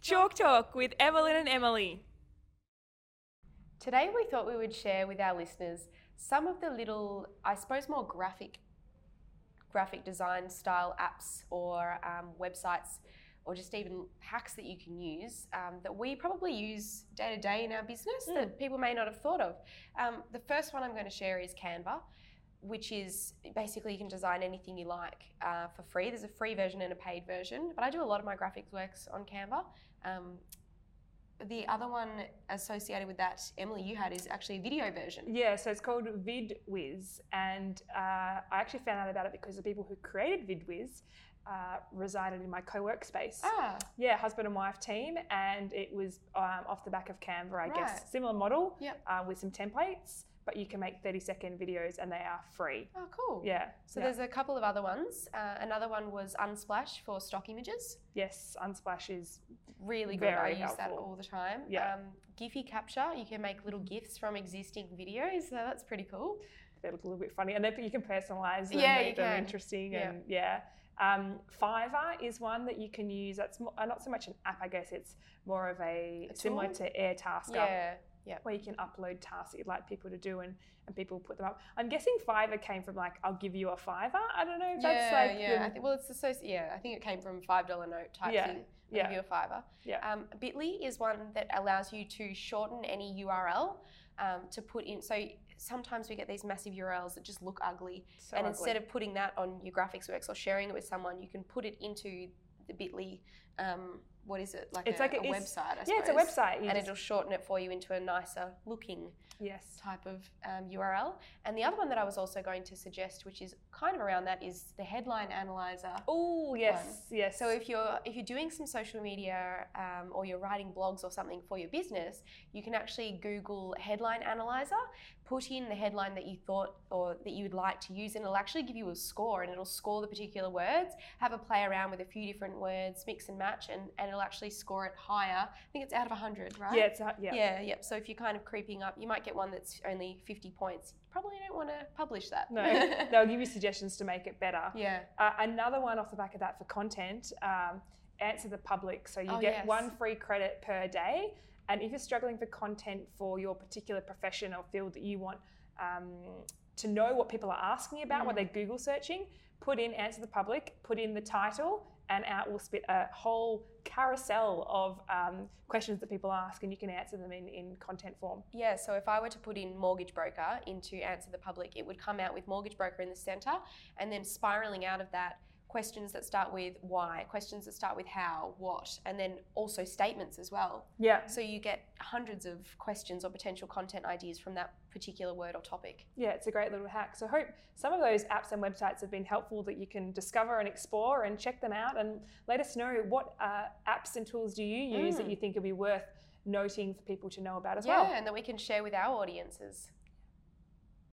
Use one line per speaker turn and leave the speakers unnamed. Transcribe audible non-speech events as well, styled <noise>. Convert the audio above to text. Chalk Talk with Evelyn and Emily.
Today, we thought we would share with our listeners some of the little, I suppose, more graphic, graphic design style apps or um, websites, or just even hacks that you can use um, that we probably use day to day in our business that people may not have thought of. Um, the first one I'm going to share is Canva. Which is basically you can design anything you like uh, for free. There's a free version and a paid version, but I do a lot of my graphics works on Canva. Um, the other one associated with that, Emily, you had is actually a video version.
Yeah, so it's called VidWiz, and uh, I actually found out about it because the people who created VidWiz uh, resided in my co-work space.
Ah,
Yeah, husband and wife team, and it was um, off the back of Canva, I
Right.
guess. Similar model
Yep.
uh, with some templates, but you can make 30-second videos, and they are free.
oh, cool.
Yeah.
So
yeah.
there's a couple of other ones. Uh, another one was Unsplash for stock images.
yes, Unsplash is
Really good. I
Very
use that
helpful.
all the time.
Yeah.
Um, Giphy Capture, you can make little GIFs from existing videos. So that's pretty cool.
they look a little bit funny, and they, you can personalize them,
Yeah,
make
you
them
can.
interesting,
Yeah.
and yeah. Um, Fiverr is one that you can use. That's mo- uh, not so much an app, I guess. It's more of a,
A
similar
tool?
to Airtasker,
Yeah.
where you can upload tasks that you'd like people to do, and and people put them up. I'm guessing Fiverr came from like I'll give you a Fiverr. I don't know if that's
yeah,
like
yeah. I
the-
think, well, it's associated. Yeah, I think it came from five dollar note type
Yeah,
thing. I'll
yeah.
Give you a fiver.
Yeah.
Um, Bitly is one that allows you to shorten any URL um, to put in. So sometimes we get these massive URLs that just look ugly,
so
and
ugly.
instead of putting that on your graphics works or sharing it with someone, you can put it into the Bitly. Um, what is it like?
It's
a,
like
a
a- it's-
website. I
yeah, it's a
suppose.
website. You
And
just-
it'll shorten it for you into a nicer looking
yes,
type of um, URL. And the other one that I was also going to suggest, which is kind of around that, is the headline analyzer.
oh yes, yes.
So if you're if you're doing some social media um, or you're writing blogs or something for your business, you can actually Google headline analyzer, put in the headline that you thought or that you'd like to use, and it'll actually give you a score and it'll score the particular words. Have a play around with a few different words, mix and match, and, and it'll actually score it higher. I think it's out of hundred, right?
yeah, it's a, yeah,
Yeah, yep. So if you're kind of creeping up, you might get one that's only 50 points. You probably don't want to publish that. <laughs>
No, they'll give you suggestions to make it better.
yeah.
Uh, another one off the back of that for content, um, answer the public. So you
Oh,
get
yes.
one free credit per day. And if you're struggling for content for your particular profession or field that you want um, to know what people are asking about,
Mm.
what they're Google searching, put in answer the public, put in the title, and out will spit a whole carousel of um, questions that people ask, and you can answer them in, in content form.
Yeah, so if I were to put in mortgage broker into answer the public, it would come out with mortgage broker in the center and then spiraling out of that questions that start with why, questions that start with how, what, and then also statements as well.
Yeah.
So you get hundreds of questions or potential content ideas from that particular word or topic.
Yeah, it's a great little hack. So hope some of those apps and websites have been helpful that you can discover and explore and check them out and let us know what uh, apps and tools do you use that
Mm.
you think would be worth noting for people to know about as
yeah,
well.
and that we can share with our audiences.